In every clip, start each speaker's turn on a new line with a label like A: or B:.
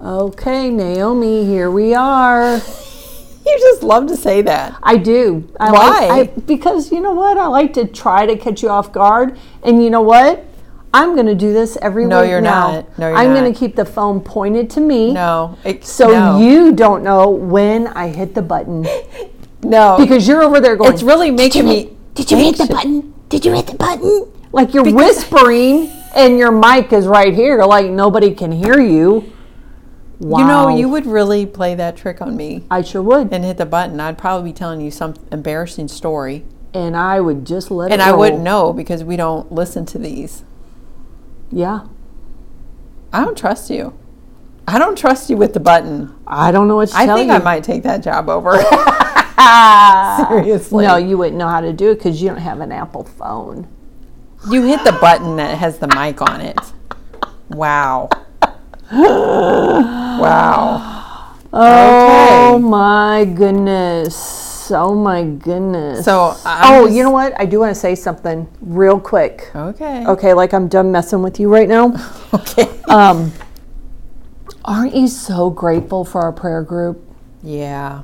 A: Okay, Naomi, here we are.
B: You just love to say that.
A: I do. I
B: Why?
A: Like, I, because you know what? I like to try to catch you off guard. And you know what? I'm going to do this every
B: No,
A: week
B: you're
A: now.
B: not. No, you're
A: I'm
B: not.
A: going to keep the phone pointed to me.
B: No. It,
A: So
B: no.
A: you don't know when I hit the button
B: No.
A: because you're over there going
B: it's really making me.
C: Did you hit the button? Did you hit the button?
A: like you're whispering and your mic is right here like nobody can hear you. Wow.
B: You know, you would really play that trick on me
A: I sure would.
B: and hit the button. I'd probably be telling you some embarrassing story.
A: And I would just let
B: And
A: it
B: I
A: roll.
B: wouldn't know because we don't listen to these.
A: Yeah.
B: I don't trust you. I don't trust you with the button.
A: I don't know what to
B: I
A: tell
B: think
A: you.
B: I might take that job over. Seriously.
A: No, you wouldn't know how to do it because you don't have an Apple phone.
B: You hit the button that has the mic on it. Wow. wow.
A: Oh
B: Okay.
A: my goodness. Oh my goodness.
B: So, I'm
A: oh,
B: just-
A: you know what? I do want to say something real quick.
B: Okay. Uh,
A: Okay, like I'm done messing with you right now.
B: Okay.
A: Um, aren't you so grateful for our prayer group?
B: Yeah.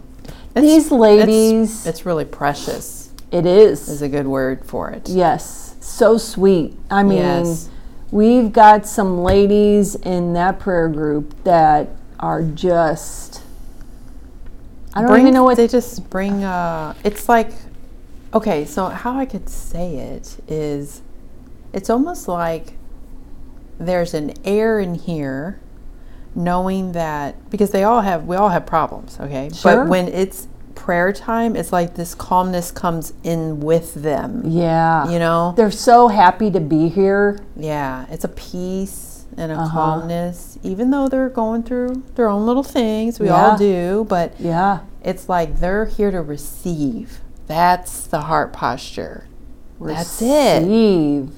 A: These
B: it's-
A: ladies-
B: It's, really precious,
A: It is.
B: is a good word for it.
A: Yes. So sweet. I mean,
B: Yes.
A: we've got some ladies in that prayer group that are just. I don't
B: Bring,
A: even know what
B: they just bring. Uh, it's like, okay, so how I could say it is, it's almost like there's an air in here, knowing that because they all have, we all have problems, okay.
A: Sure.
B: But when it's prayer time, it's like this calmness comes in with them.
A: Yeah.
B: You know,
A: They're so happy to be here.
B: Yeah, it's a peace and a
A: Uh-huh.
B: calmness, even though they're going through their own little things. We
A: Yeah.
B: all do, but
A: Yeah.
B: it's like they're here to receive. That's the heart posture. That's it.
A: Eve.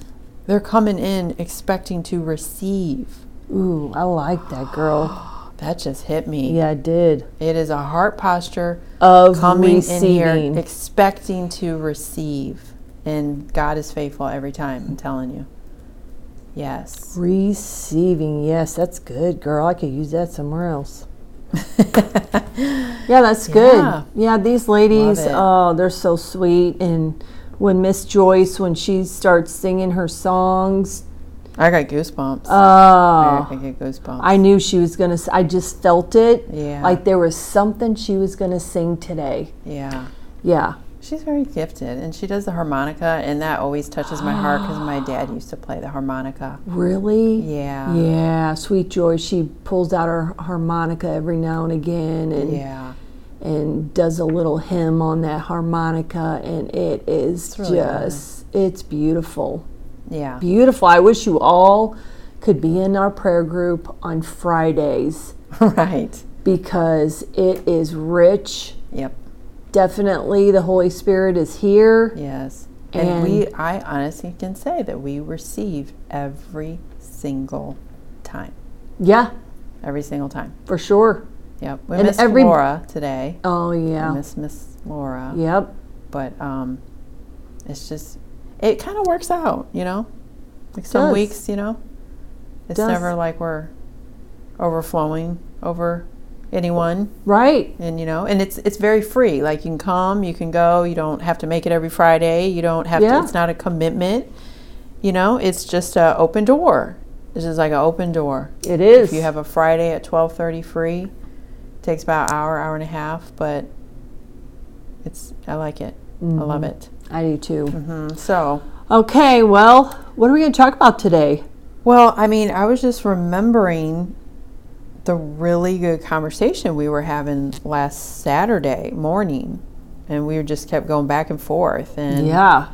B: They're coming in expecting to receive.
A: Ooh, I like that girl.
B: That just hit me.
A: Yeah, I did.
B: It is a heart posture
A: Of
B: coming in
A: receiving.
B: here expecting to receive. And God is faithful every time, I'm telling you. Yes.
A: Receiving. Yes, that's good, girl. I could use that somewhere else. Yeah, that's good.
B: Yeah.
A: Yeah, these ladies,
B: Love it.
A: oh, they're so sweet. And when Miss Joyce, when she starts singing her songs,
B: I got goosebumps.
A: oh,
B: I get goosebumps.
A: I knew she was going to, I just felt it.
B: Yeah.
A: Like there was something she was going to sing today.
B: yeah.
A: Yeah.
B: She's very gifted and she does the harmonica and that always touches my heart cuz my dad used to play the harmonica.
A: Really?
B: Yeah.
A: Yeah, sweet Joy. She pulls out her harmonica every now and again and
B: Yeah.
A: and does a little hymn on that harmonica and it is
B: really
A: just it's beautiful.
B: Yeah.
A: Beautiful. I wish you all could be in our prayer group on Fridays
B: right.
A: because it is rich.
B: Yep.
A: Definitely the Holy Spirit is here.
B: Yes. And, we I honestly can say that we receive every single time.
A: Yeah,
B: Every single time.
A: for sure.
B: Yep. We
A: And
B: missed
A: every-
B: Laura today.
A: Oh
B: I
A: yeah.
B: miss Miss Laura.
A: Yep.
B: but um, it's just it kind of works out, you know. Like some
A: does.
B: weeks, you know, it's
A: Does.
B: never like we're overflowing over anyone,
A: Right.
B: and you know, and it's it's very free. Like you can come, you can go. You don't have to make it every Friday. You don't have
A: Yeah.
B: to. It's not a commitment. You know, it's just an open door. It's just like an open door.
A: It is.
B: If you have a Friday at twelve thirty free, takes about an hour, hour and a half, but it's I like it.
A: Mm-hmm.
B: I love it.
A: I do too.
B: Mm-hmm. So,
A: Okay, well, what are we going to talk about today?
B: well, I mean, I was just remembering the really good conversation we were having last Saturday morning, and we were just kept going back and forth, and
A: Yeah.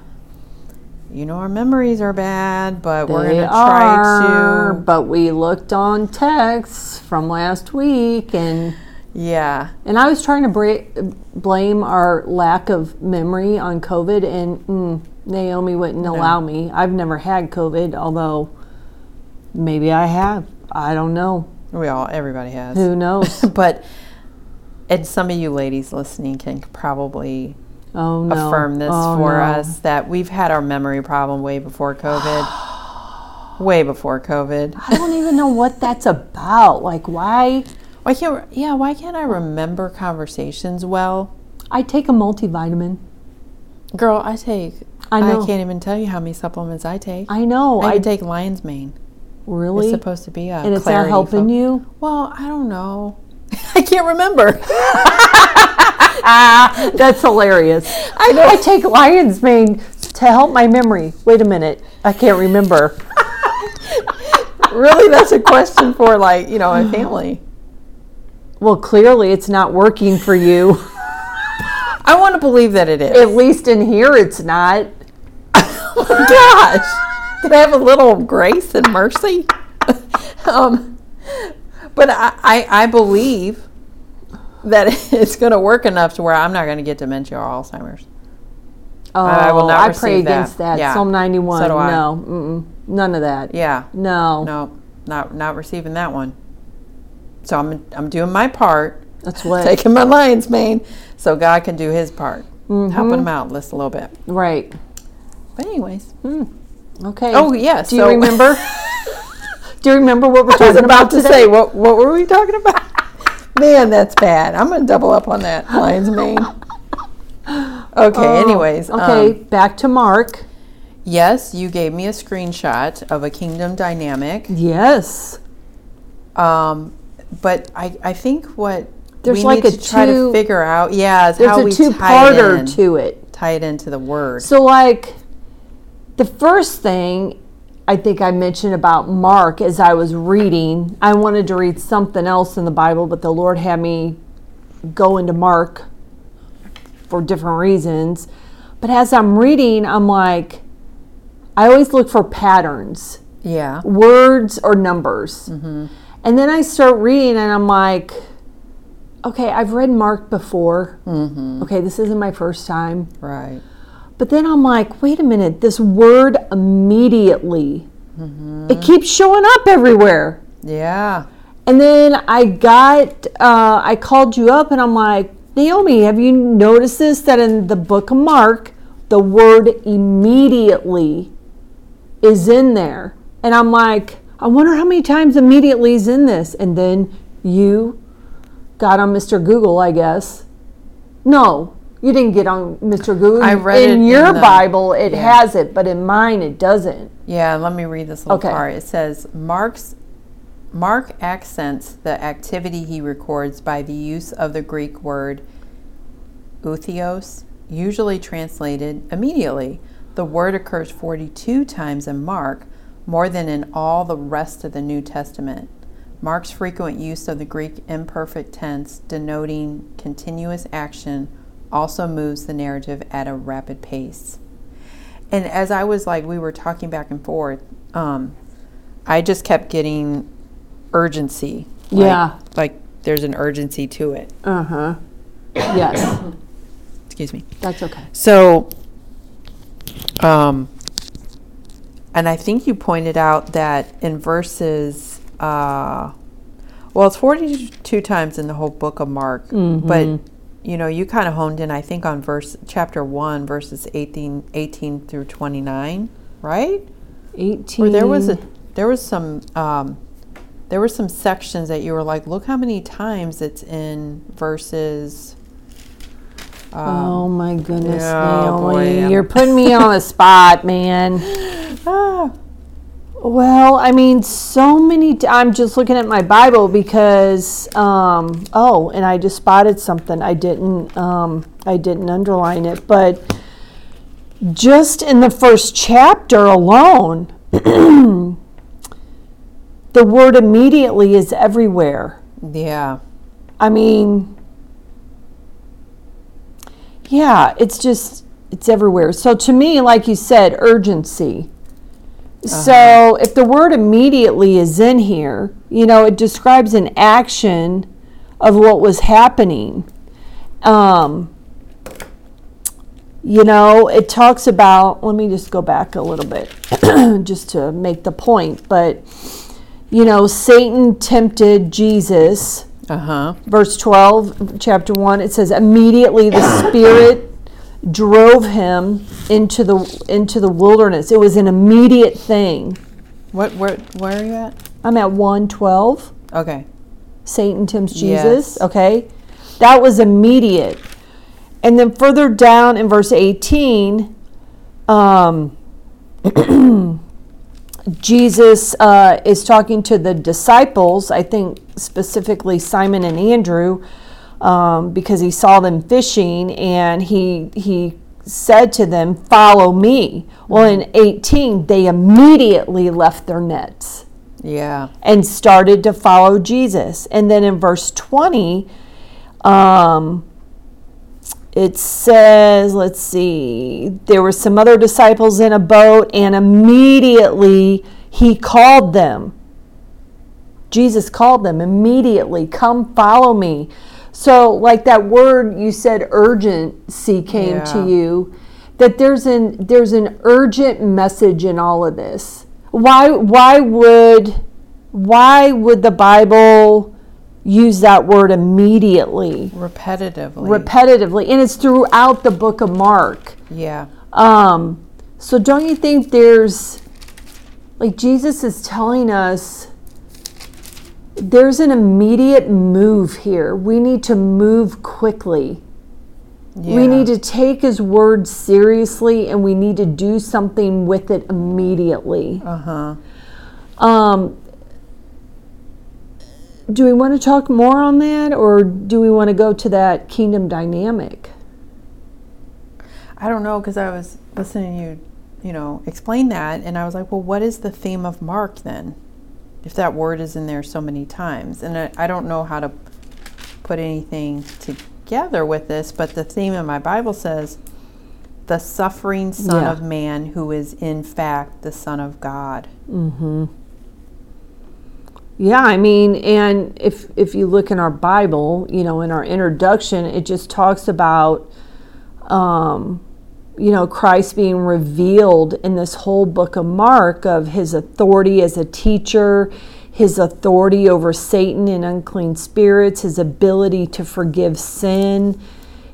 B: you know, our memories are bad, but we're going
A: They
B: to try
A: are,
B: to.
A: But we looked on texts from last week, and
B: Yeah.
A: and I was trying to bra- blame our lack of memory on COVID, and mm, Naomi wouldn't allow me. I've never had COVID, although maybe I have. I don't know.
B: We all, everybody has.
A: Who knows?
B: but, and some of you ladies listening can probably
A: Oh no!
B: affirm this
A: Oh,
B: for
A: no.
B: us that we've had our memory problem way before COVID. way before COVID.
A: I don't even know what that's about. Like, why?
B: Why can't yeah, why can't I remember conversations well?
A: I take a multivitamin.
B: Girl, I take
A: I know.
B: can't even tell you how many supplements I take.
A: I know.
B: I,
A: I,
B: take lion's mane.
A: really,
B: It's supposed to be a
A: and it's not
B: clarity
A: helping
B: fo-
A: you.
B: Well, I don't know. I can't remember.
A: That's hilarious. I know. I take lion's mane to help my memory. Wait a minute. I can't remember.
B: really, that's a question for like, you know, a family.
A: Well, clearly it's not working for you.
B: I want to believe that it is.
A: At least in here it's not.
B: oh my gosh. Can I have a little grace and mercy? um, but I, I, I believe that it's going to work enough to where I'm not going to get dementia or Alzheimer's.
A: Oh,
B: I will not
A: I pray
B: receive that.
A: against that.
B: Yeah.
A: Psalm 91.
B: So do I.
A: No. Mm-mm. None of that.
B: Yeah.
A: No.
B: No, not not receiving that one. So I'm I'm doing my part,
A: That's what.
B: taking my lion's mane, so God can do His part,
A: Mm-hmm.
B: helping him out just a little bit.
A: Right.
B: But anyways,
A: Okay.
B: oh yes.
A: Hmm. Do you
B: so-
A: remember? Do you remember what we're
B: I was
A: talking
B: about
A: about
B: to
A: today?
B: say what what were we talking about? Man, that's bad. I'm gonna double up on that lion's mane. Okay. anyways,
A: Okay,
B: um,
A: back to Mark.
B: yes, you gave me a screenshot of a kingdom dynamic,
A: Yes.
B: um, but I I think what
A: There's
B: we
A: like
B: need
A: a
B: to try
A: two-
B: to figure out, yeah, is how we
A: There's a
B: tie it in.
A: two-parter to it.
B: tie it into the word.
A: So, like, the first thing I think I mentioned about Mark as I was reading, I wanted to read something else in the Bible, but the Lord had me go into Mark for different reasons. But as I'm reading, I'm like, I always look for patterns,
B: Yeah.
A: words or numbers. And then I start reading and I'm like, okay, I've read Mark before. Okay, this isn't my first time.
B: Right.
A: But then I'm like, wait a minute, this word immediately. It keeps showing up everywhere.
B: Yeah.
A: And then I got, uh, I called you up and I'm like, Naomi, have you noticed this? That in the book of Mark, the word immediately is in there. And I'm like, I wonder how many times immediately is in this. And then you got on Mr. Google, I guess. No, you didn't get on Mr. Google.
B: I read
A: in
B: it
A: your
B: in the-
A: Bible, it has it, but in mine, it doesn't.
B: Yeah, let me read this little
A: Okay.
B: part. It says Mark's Mark accents the activity he records by the use of the Greek word uthios, usually translated immediately. The word occurs 42 times in Mark, more than in all the rest of the New Testament. Mark's frequent use of the Greek imperfect tense denoting continuous action also moves the narrative at a rapid pace. And as I was like, we were talking back and forth, um, I just kept getting urgency. Like-
A: Yeah.
B: like there's an urgency to it.
A: Uh
B: Uh-huh.
A: huh. yes,
B: Excuse me.
A: that's okay.
B: So, um, and I think you pointed out that in verses, uh, well, it's 42 times in the whole book of Mark,
A: Mm-hmm.
B: but you know, you kind of honed in, I think, on verse chapter 1, verses 18, 18 through 29, right?
A: 18.
B: Or there was
A: Mm.
B: a there was some um, there were some sections that you were like, look how many times it's in verses.
A: Oh my goodness,
B: Yeah,
A: Naomi.
B: boy, I'm-
A: You're putting me on the spot, man.
B: Ah,
A: Well, I mean, so many. T- I'm just looking at my Bible because, um, oh, and I just spotted something. I didn't, um, I didn't underline it, but just in the first chapter alone, the word immediately is everywhere.
B: yeah.
A: I mean, yeah, it's just it's everywhere. So to me, like you said, urgency. So if the word immediately is in here, you know, it describes an action of what was happening. Um, you know, it talks about, let me just go back a little bit just to make the point, but, you know, Satan tempted Jesus
B: Uh huh.
A: verse 12, chapter 1, it says, Immediately the Spirit drove him into the into the wilderness. It was an immediate thing.
B: What? Where? Where are you at?
A: I'm at 112.
B: Okay.
A: Satan tempts
B: Yes.
A: Jesus. Okay. That was immediate. And then further down in verse 18, um, Jesus uh, is talking to the disciples, I think specifically Simon and Andrew, um, because he saw them fishing and he, he said to them, Follow me. Well, in 18, they immediately left their nets
B: Yeah.
A: and started to follow Jesus. And then in verse 20, um, it says, let's see, there were some other disciples in a boat, and immediately he called them. Jesus called them immediately, Come follow me. So, like that word you said, urgency came
B: Yeah.
A: to you. That there's an there's an urgent message in all of this. Why why would why would the Bible use that word immediately,
B: Repetitively.
A: repetitively, and it's throughout the Book of Mark?
B: yeah.
A: Um, so don't you think there's like Jesus is telling us there's an immediate move here. We need to move quickly.
B: Yeah.
A: We need to take his word seriously and we need to do something with it immediately.
B: Uh huh.
A: Um, do we want to talk more on that or do we want to go to that kingdom dynamic?
B: I don't know because I was listening to you, you know, explain that, and I was like, well, what is the theme of Mark then? If that word is in there so many times, and I, I don't know how to put anything together with this, but the theme in my Bible says, the suffering Son
A: Yeah.
B: of Man, who is in fact the Son of God.
A: Yeah, I mean, and if if you look in our Bible, you know, in our introduction, it just talks about um you know, Christ being revealed in this whole book of Mark of his authority as a teacher, his authority over Satan and unclean spirits, his ability to forgive sin,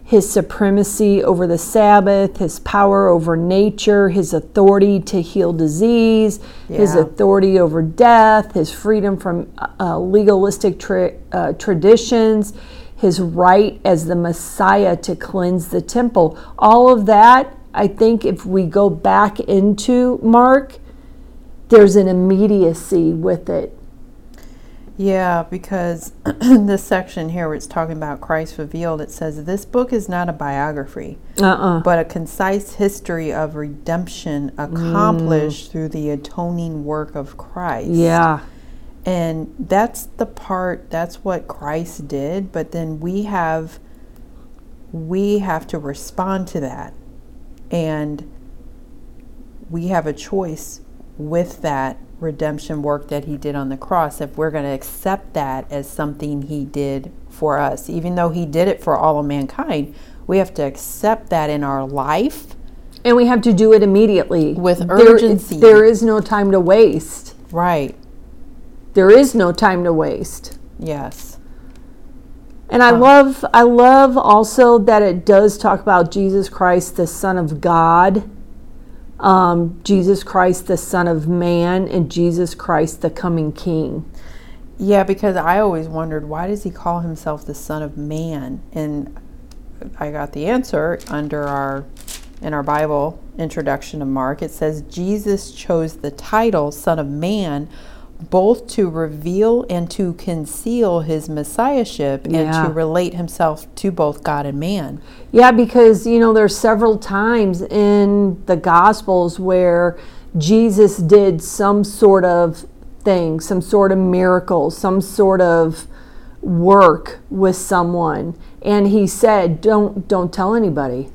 A: his supremacy over the Sabbath, his power over nature, his authority to heal disease, his
B: Yeah.
A: authority over death, his freedom from uh, legalistic tra- uh, traditions, his right as the Messiah to cleanse the temple. All of that, I think, if we go back into Mark, there's an immediacy with it.
B: Yeah, because in this section here where it's talking about Christ revealed, it says, This book is not a biography,
A: Uh uh
B: but a concise history of redemption accomplished through the atoning work of Christ.
A: Yeah.
B: And that's the part, that's what Christ did, but then we have we have to respond to that. And we have a choice with that redemption work that he did on the cross if we're going to accept that as something he did for us even though he did it for all of mankind we have to accept that in our life
A: And we have to do it immediately.
B: With
A: There-
B: urgency.
A: there is no time to waste.
B: right
A: There is no time to waste.
B: yes
A: And I love I love also that it does talk about Jesus Christ the Son of God, um, Jesus Christ the Son of Man, and Jesus Christ the coming King.
B: Yeah, because I always wondered why does he call himself the Son of Man? And I got the answer under our in our Bible introduction to Mark. It says Jesus chose the title Son of Man both to reveal and to conceal his messiahship and
A: Yeah.
B: to relate himself to both God and man.
A: Yeah, because you know there's several times in the Gospels where Jesus did some sort of thing, some sort of miracle, some sort of work with someone, and he said, "Don't don't tell anybody."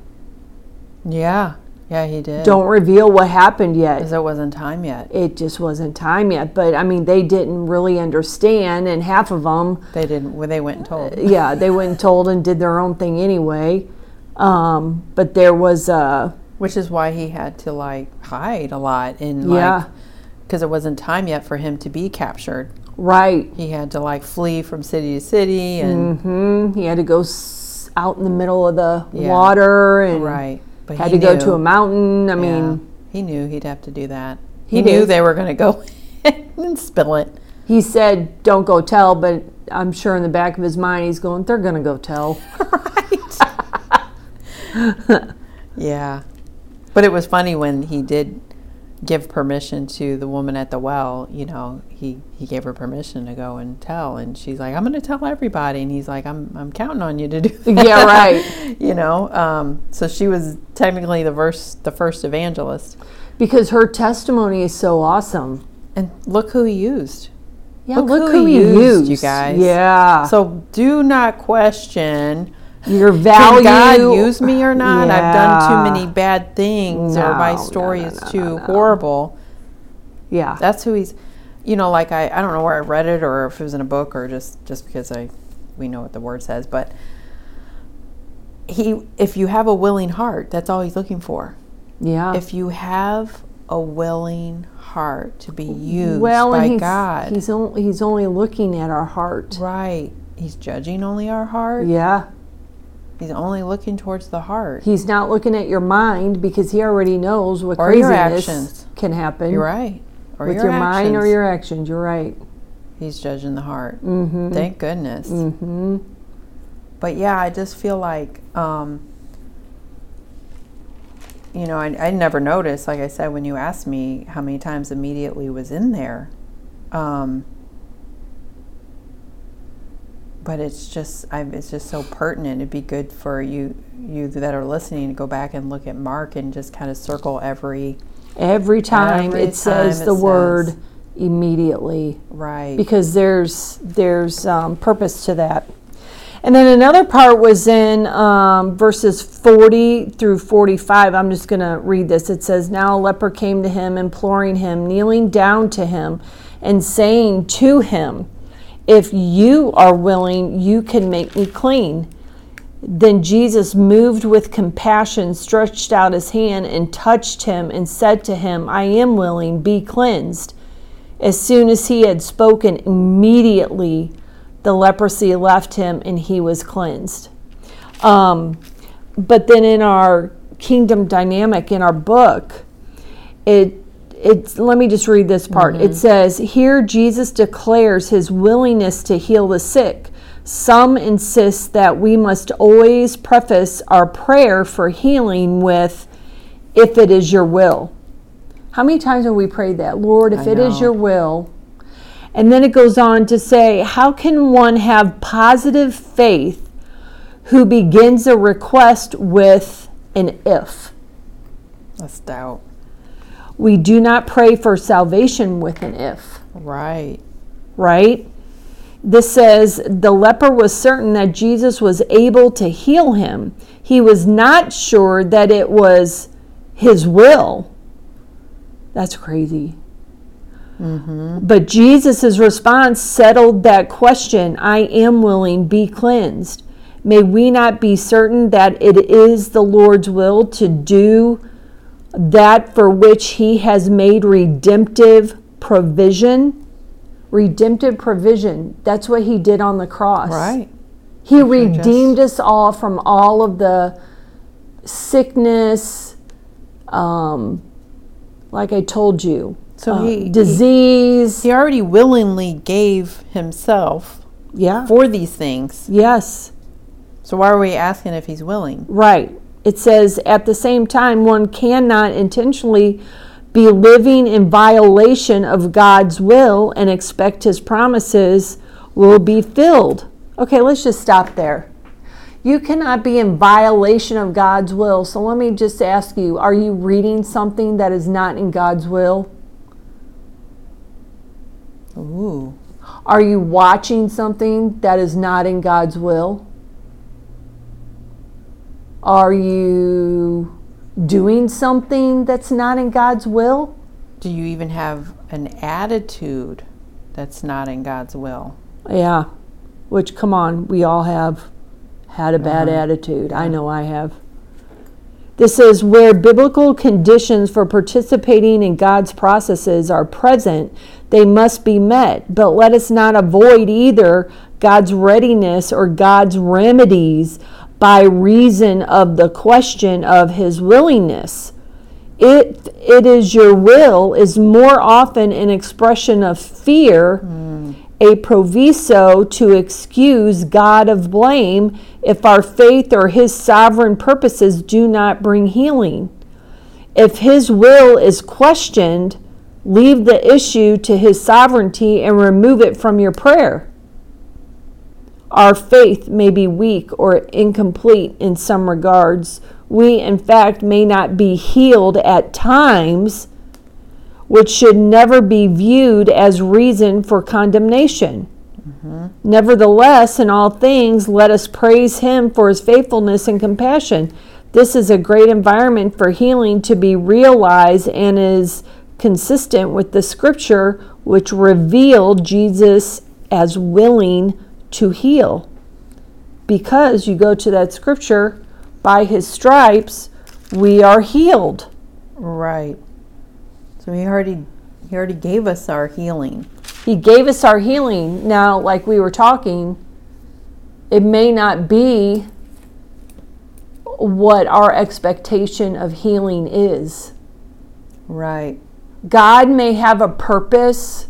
B: Yeah. Yeah, he did.
A: Don't reveal what happened yet.
B: Because it wasn't time yet.
A: it just wasn't time yet. But I mean, they didn't really understand, and half of them,
B: They didn't. Well, they went and told.
A: yeah, they went and told and did their own thing anyway. Um, but there was a
B: Which is why he had to like hide a lot and
A: Yeah.
B: like because it wasn't time yet for him to be captured.
A: right.
B: He had to like flee from city to city and
A: hmm He had to go s- out in the middle of the
B: Yeah.
A: water and
B: right. But
A: had
B: he
A: to go
B: knew.
A: to a mountain. I
B: Yeah.
A: mean,
B: he knew he'd have to do that.
A: He
B: He, knew
A: did.
B: they were going to go and spill it.
A: he said, "Don't go tell," but I'm sure in the back of his mind, he's going, "They're gonna go tell."
B: Right. yeah. But it was funny when he did give permission to the woman at the well, you know, he, he gave her permission to go and tell and she's like, I'm gonna tell everybody and he's like, I'm I'm counting on you to do that.
A: Yeah, right.
B: you know? Um, so she was technically the first the first evangelist.
A: Because her testimony is so awesome.
B: And look who he used.
A: Yeah, look, who, he used,
B: you guys.
A: Yeah,
B: So do not question
A: your value.
B: Can God use me or not? I've done
A: Yeah.
B: too many bad things, or
A: No,
B: my
A: no,
B: story
A: no,
B: is
A: no,
B: too
A: no, no.
B: horrible.
A: Yeah,
B: That's who he's. You know, like I, I don't know where I read it, or if it was in a book, or just just because I, we know what the word says, but he, if you have a willing heart, that's all he's looking for.
A: yeah.
B: If you have a willing heart to be used
A: well,
B: by
A: and he's,
B: God,
A: he's only he's only looking at our heart.
B: right? He's judging only our heart.
A: Yeah,
B: He's only looking towards the heart.
A: he's not looking at your mind because he already knows what
B: Or your
A: craziness
B: actions.
A: can happen
B: You're right. Or
A: with your, mind or
B: actions.
A: your actions. You're right.
B: He's judging the heart. Mm-hmm. Thank goodness. Mm-hmm. But yeah, I just feel like, um, you know, I, I never noticed, like I said, when you asked me how many times immediately was in there. Um, but it's just, i it's just so pertinent. It'd be good for you, you that are listening, to go back and look at Mark and just kind of circle every
A: Every time
B: Every
A: it
B: time
A: says
B: it
A: the
B: says.
A: word immediately.
B: right.
A: because there's there's um, purpose to that. And then another part was in um, verses 40 through 45. I'm just going to read this. It says, Now a leper came to him, imploring him, kneeling down to him, and saying to him, If you are willing, you can make me clean. Then Jesus, moved with compassion, stretched out his hand and touched him and said to him, I am willing, be cleansed. As soon as he had spoken, immediately the leprosy left him and he was cleansed. Um, but then in our kingdom dynamic, in our book, it it's let me just read this part. It says, Here Jesus declares his willingness to heal the sick. Some insist that we must always preface our prayer for healing with, if it is your will. How many times have we prayed that? Lord, if it is
B: know.
A: your will. And then it goes on to say, How can one have positive faith who begins a request with an if?
B: That's doubt.
A: We do not pray for salvation with an if,
B: Right.
A: right? This says the leper was certain that Jesus was able to heal him. He was not sure that it was his will. That's crazy. But Jesus' response settled that question I am willing, be cleansed. May we not be certain that it is the Lord's will to do that for which He has made redemptive provision? Redemptive provision. That's what He did on the cross.
B: Right.
A: He redeemed us all from all of the sickness, um, like I told you,
B: So
A: uh,
B: he, he
A: disease.
B: He already willingly gave himself
A: yeah.
B: for these things.
A: Yes.
B: So why are we asking if he's willing?
A: Right. It says at the same time, one cannot intentionally be living in violation of God's will and expect his promises will be filled. Okay, let's just stop there. You cannot be in violation of God's will. So let me just ask you are you reading something that is not in God's will?
B: Ooh.
A: Are you watching something that is not in God's will? Are you doing something that's not in God's will?
B: Do you even have an attitude that's not in God's will?
A: Yeah. Which, come on, we all have had a bad attitude. I know I have. This is where biblical conditions for participating in God's processes are present. They must be met, but let us not avoid either God's readiness or God's remedies by reason of the question of his willingness. It, it is your will is more often an expression of fear a proviso to excuse God of blame if our faith or his sovereign purposes do not bring healing. If his will is questioned, leave the issue to his sovereignty and remove it from your prayer. Our faith may be weak or incomplete in some regards. We, in fact, may not be healed at times which should never be viewed as reason for condemnation. Nevertheless, in all things, let us praise Him for His faithfulness and compassion. This is a great environment for healing to be realized and is consistent with the scripture which revealed Jesus as willing to heal. Because you go to that scripture, by His stripes we are healed.
B: Right. So he already he already gave us our healing.
A: He gave us our healing. Now, like we were talking, it may not be what our expectation of healing is.
B: Right.
A: God may have a purpose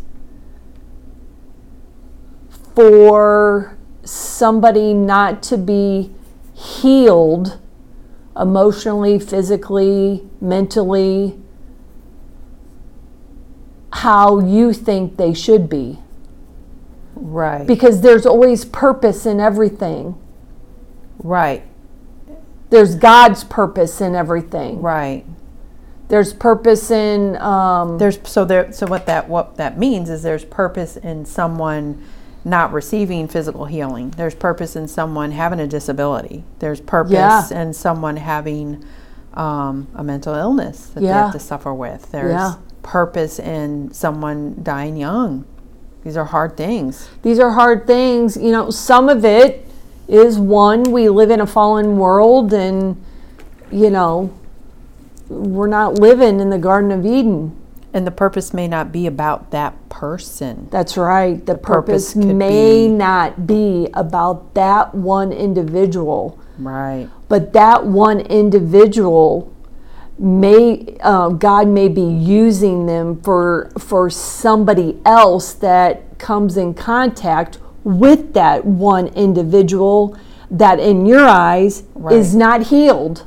A: for somebody not to be healed emotionally, physically, mentally, how you think they should be.
B: Right.
A: Because there's always purpose in everything.
B: right.
A: There's God's purpose in everything.
B: Right.
A: There's purpose in um,
B: There's so there so what that what that means is there's purpose in someone not receiving physical healing. There's purpose in someone having a disability. There's purpose
A: Yeah.
B: in someone having um, a mental illness that they
A: Yeah.
B: have to suffer with. There's
A: Yeah.
B: purpose in someone dying young. These are hard things.
A: these are hard things. You know, some of it is one we live in a fallen world, and you know, we're not living in the Garden of Eden.
B: And the purpose may not be about that person.
A: That's right. The,
B: purpose
A: purpose,
B: could
A: may
B: be-
A: not be about that one individual.
B: Right.
A: but that one individual may uh, God may be using them for for somebody else that comes in contact with that one individual that in your eyes is
B: Right.
A: not healed.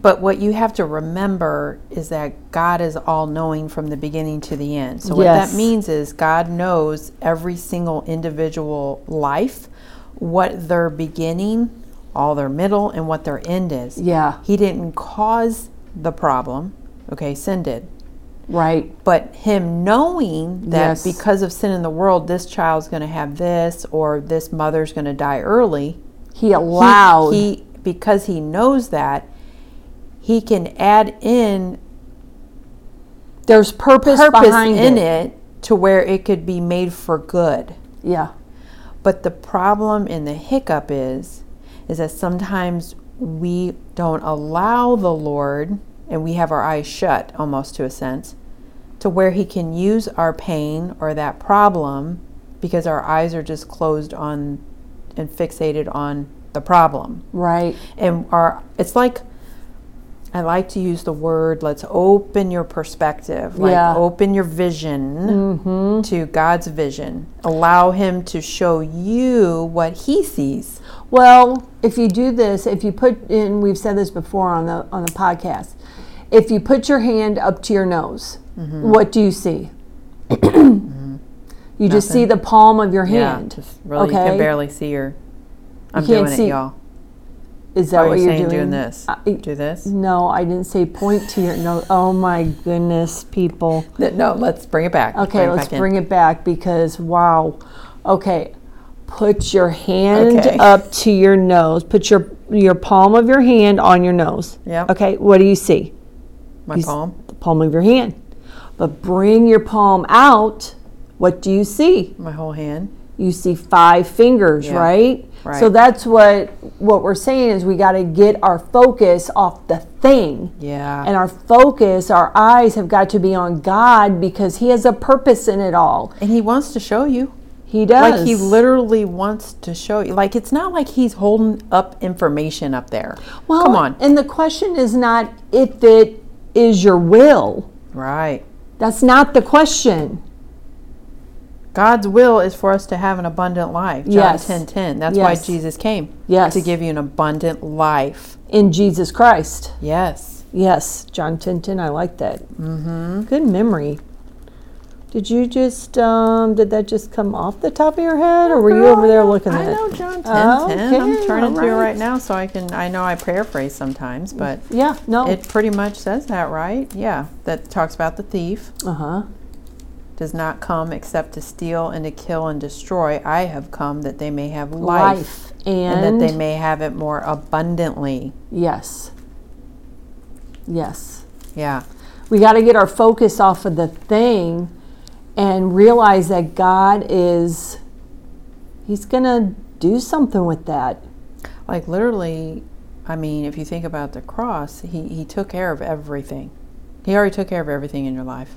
B: But what you have to remember is that God is all knowing from the beginning to the end. So, what
A: Yes.
B: that means is God knows every single individual life, what their beginning, all their middle, and what their end is.
A: Yeah.
B: He didn't cause the problem. Okay, sin did.
A: Right.
B: But him knowing that
A: Yes.
B: because of sin in the world, this child's going to have this or this mother's going to die early,
A: He
B: he-
A: allowed.
B: he because he knows that he can add in
A: there's purpose,
B: purpose
A: behind
B: in
A: it.
B: it. to where it could be made for good.
A: Yeah.
B: But the problem and the hiccup is is that sometimes we don't allow the Lord and we have our eyes shut almost to a sense to where he can use our pain or that problem because our eyes are just closed on and fixated on the problem
A: Right.
B: and are it's like I like to use the word let's open your perspective like
A: Yeah. Mm-hmm.
B: open your vision to God's vision allow him to show you what he sees
A: Well, if you do this, if you put in, we've said this before on the on the podcast. If you put your hand up to your nose,
B: Mm-hmm.
A: what do you see? you just see the palm of your hand.
B: just really you
A: Okay.
B: can barely see your I'm
A: can't
B: doing
A: see-
B: it y'all
A: Is that
B: Are
A: what
B: you
A: you're
B: saying
A: doing?
B: doing this?
A: I-
B: do this
A: No, I didn't say point to your nose. Oh my goodness, people.
B: Th- no let's bring it back
A: Okay, let's bring it back because wow. Okay, put your hand
B: Okay.
A: up to your nose. Put your your palm of your hand on your nose.
B: Yep.
A: Okay, what do you see?
B: My
A: You s-
B: palm,
A: The palm of your hand. But bring your palm out. What do you see?
B: my whole hand.
A: You see five fingers,
B: Yeah,
A: right?
B: right.
A: So that's what what we're saying is we got to get our focus off the thing.
B: Yeah.
A: And our focus, our eyes have got to be on God because he has a purpose in it all.
B: And he wants to show you.
A: He does.
B: Like he literally wants to show you. Like it's not like he's holding up information up there.
A: Well,
B: come on.
A: And the question is not if it is your will.
B: right.
A: That's not the question.
B: God's will is for us to have an abundant life. John
A: Yes.
B: 10 10. That's
A: Yes.
B: why Jesus came.
A: Yes.
B: To give you an abundant life.
A: In Jesus Christ.
B: Yes.
A: Yes, John Tinton. I like that. Mm-hmm. Good memory. Did you just um, did that just come off the top of your head, or were you over there looking
B: I
A: at
B: know
A: it?
B: John 10
A: Okay,
B: I'm turning to it
A: all right.
B: right now so I can, I know I paraphrase sometimes, but
A: Yeah. No.
B: it pretty much says that, right? Yeah. That talks about the thief.
A: uh huh.
B: does not come except to steal and to kill and destroy. I have come that they may have life,
A: Life
B: and,
A: and,
B: that they may have it more abundantly.
A: yes. Yes.
B: Yeah.
A: We got to get our focus off of the thing and realize that God is, He's going to do something with that.
B: Like literally, I mean, if you think about the cross, he, he took care of everything. He already took care of everything in your life.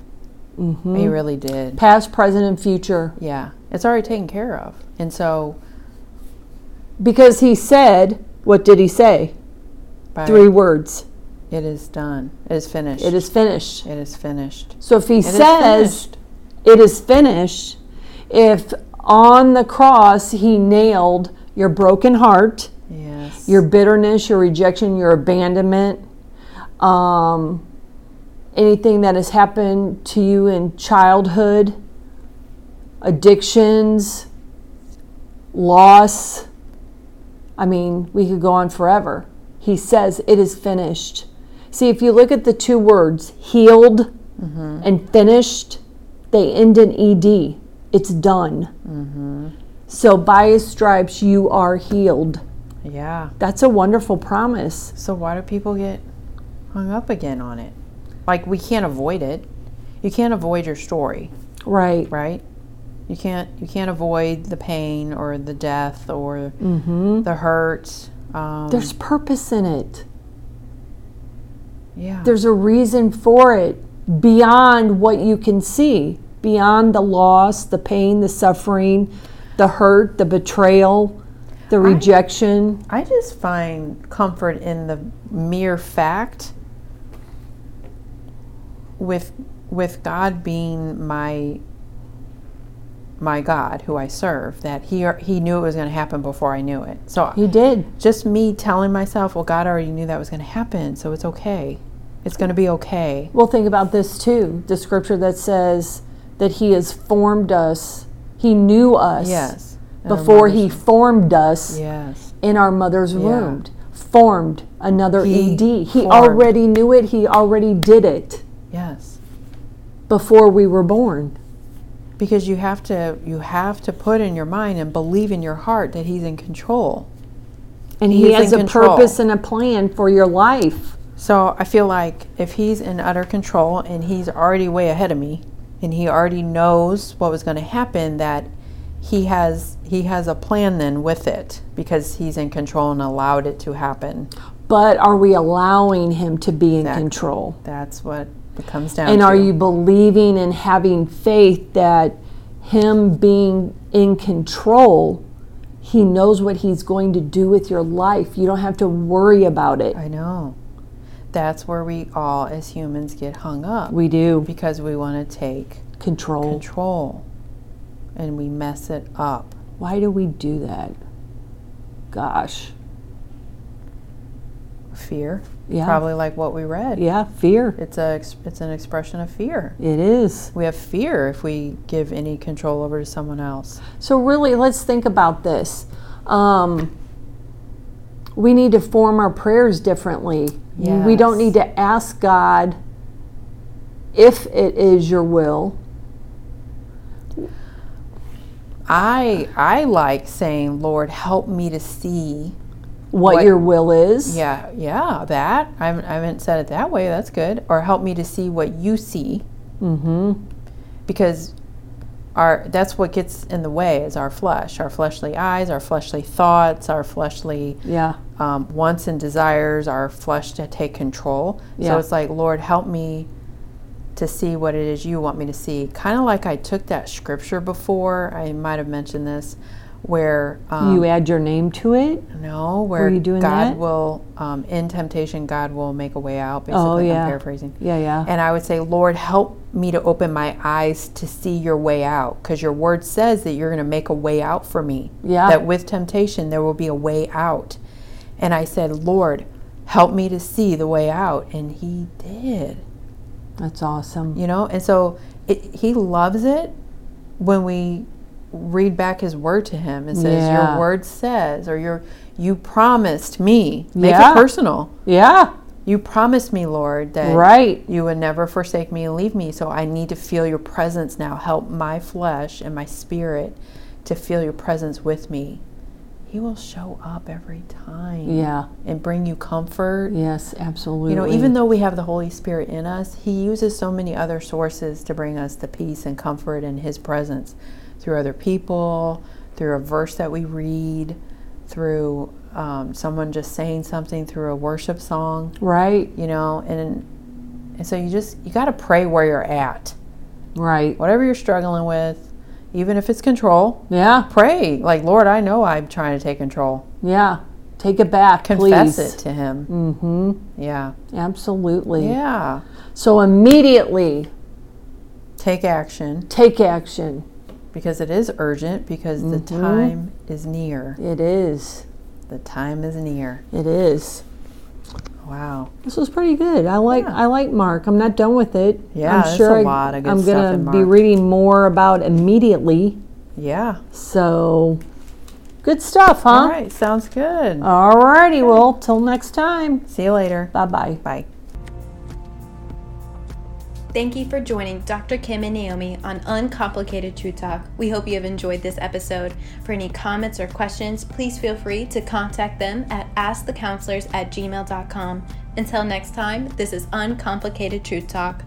A: Mm-hmm.
B: He really did.
A: Past, present, and future.
B: Yeah. It's already taken care of. And so,
A: Because He said, what did He say?
B: by
A: Three words
B: it is done. It is finished.
A: it is finished.
B: It is finished.
A: So if He
B: It is
A: says,
B: finished.
A: it is finished, if on the cross He nailed your broken heart,
B: Yes.
A: your bitterness, your rejection, your abandonment, um, anything that has happened to you in childhood, addictions, loss. I mean, we could go on forever. He says, It is finished. See, if you look at the two words, healed and finished, they end in ed. It's done. So, by his stripes, you are healed.
B: yeah.
A: That's a wonderful promise.
B: So why do people get hung up again on it? Like we can't avoid it. You can't avoid your story,
A: Right.
B: right? You can't you can't avoid the pain or the death or
A: Mm-hmm.
B: the hurt. Um,
A: There's purpose in it.
B: yeah,
A: There's a reason for it beyond what you can see, beyond the loss, the pain, the suffering, the hurt, the betrayal, the rejection.
B: I just find comfort in the mere fact with with God being my my God who I serve that he he knew it was going to happen before I knew it. So
A: He did.
B: just me telling myself, well, God already knew that was going to happen, so it's okay. It's going to be okay.
A: Well, think about this too the scripture that says that He has formed us, He knew us
B: Yes. And our
A: before He
B: mothers-
A: formed us.
B: Yes.
A: in our mother's womb formed another
B: He
A: ed he
B: formed.
A: already knew it he already did it
B: Yes.
A: before we were born
B: Because you have to you have to put in your mind and believe in your heart that He's in control.
A: and he,
B: He's
A: has a
B: in control.
A: purpose and a plan for your life
B: So I feel like if He's in utter control and He's already way ahead of me, and He already knows what was going to happen, that He has He has a plan then with it because He's in control and allowed it to happen.
A: but are we allowing him to be in
B: Exactly.
A: control
B: That's what it comes down
A: and
B: to.
A: are you believing and having faith that him being in control he knows what he's going to do with your life you don't have to worry about it
B: I know. That's where we all, as humans, get hung up
A: we do
B: because we want to take
A: control
B: control and we mess it up.
A: why do we do that gosh
B: Fear,
A: Yeah.
B: probably like what we read.
A: Yeah, fear.
B: It's a ex- it's an expression of fear.
A: It is.
B: We have fear if we give any control over to someone else.
A: So, really, let's think about this. Um, we need to form our prayers differently. We don't
B: Yes.
A: need to ask God if it is your will.
B: I I like saying, "Lord, help me to see
A: what,
B: What-
A: your will is.
B: Yeah, yeah, that. I haven't, I haven't said it that way. That's good. Or help me to see what you see. Mm-hmm. Because our that's what gets in the way is our flesh, our fleshly eyes, our fleshly thoughts, our fleshly
A: Yeah.
B: um, wants and desires, our flesh to take control.
A: Yeah.
B: So it's like, Lord, help me to see what it is you want me to see. Kind of like I took that scripture before. I might have mentioned this, where um,
A: you add your name to it.
B: no, where
A: you doing
B: God
A: that?
B: will, um, in temptation, God will make a way out. Basically,
A: Oh, yeah.
B: I'm paraphrasing.
A: Yeah, yeah.
B: And I would say, Lord, help me to open my eyes to see your way out, because your word says that you're going to make a way out for me.
A: Yeah.
B: That with temptation there will be a way out. And I said, Lord, help me to see the way out, and He did
A: That's awesome.
B: you know and so it, he loves it when we read back his word to him and says
A: Yeah.
B: your word says or your you promised me make
A: Yeah.
B: it personal
A: Yeah.
B: you promised me lord that
A: Right.
B: you would never forsake me and leave me so i need to feel your presence now help my flesh and my spirit to feel your presence with me he will show up every time
A: Yeah.
B: and bring you comfort
A: Yes, absolutely.
B: you know, even though we have the Holy Spirit in us, He uses so many other sources to bring us the peace and comfort in His presence through other people, through a verse that we read, through um, someone just saying something, through a worship song,
A: Right.
B: you know, and, and so you just, you got to pray where you're at.
A: Right.
B: Whatever you're struggling with, even if it's control,
A: Yeah.
B: pray. Like, Lord, I know I'm trying to take control.
A: Yeah. Take it back,
B: Confess
A: please.
B: it to Him.
A: Mm-hmm. Mm.
B: Yeah.
A: Absolutely.
B: Yeah.
A: So immediately
B: Take action.
A: take action.
B: because it is urgent because the time is near.
A: It is.
B: The time is near.
A: It is.
B: Wow.
A: This was pretty good. I like
B: Yeah.
A: I like Mark. I'm not done with it.
B: Yeah,
A: I'm
B: there's
A: sure
B: a
A: I-
B: lot of good
A: I'm
B: stuff
A: gonna
B: in
A: be
B: Mark.
A: reading more about immediately.
B: Yeah.
A: So good stuff, huh? Uh.
B: All right. Sounds good.
A: Alrighty, well, till next time.
B: See you later.
A: Bye bye.
B: Bye.
D: Thank you for joining Dr. Kim and Naomi on Uncomplicated Truth Talk. We hope you have enjoyed this episode. For any comments or questions, please feel free to contact them at askthecounselors at gmail.com. Until next time, this is Uncomplicated Truth Talk.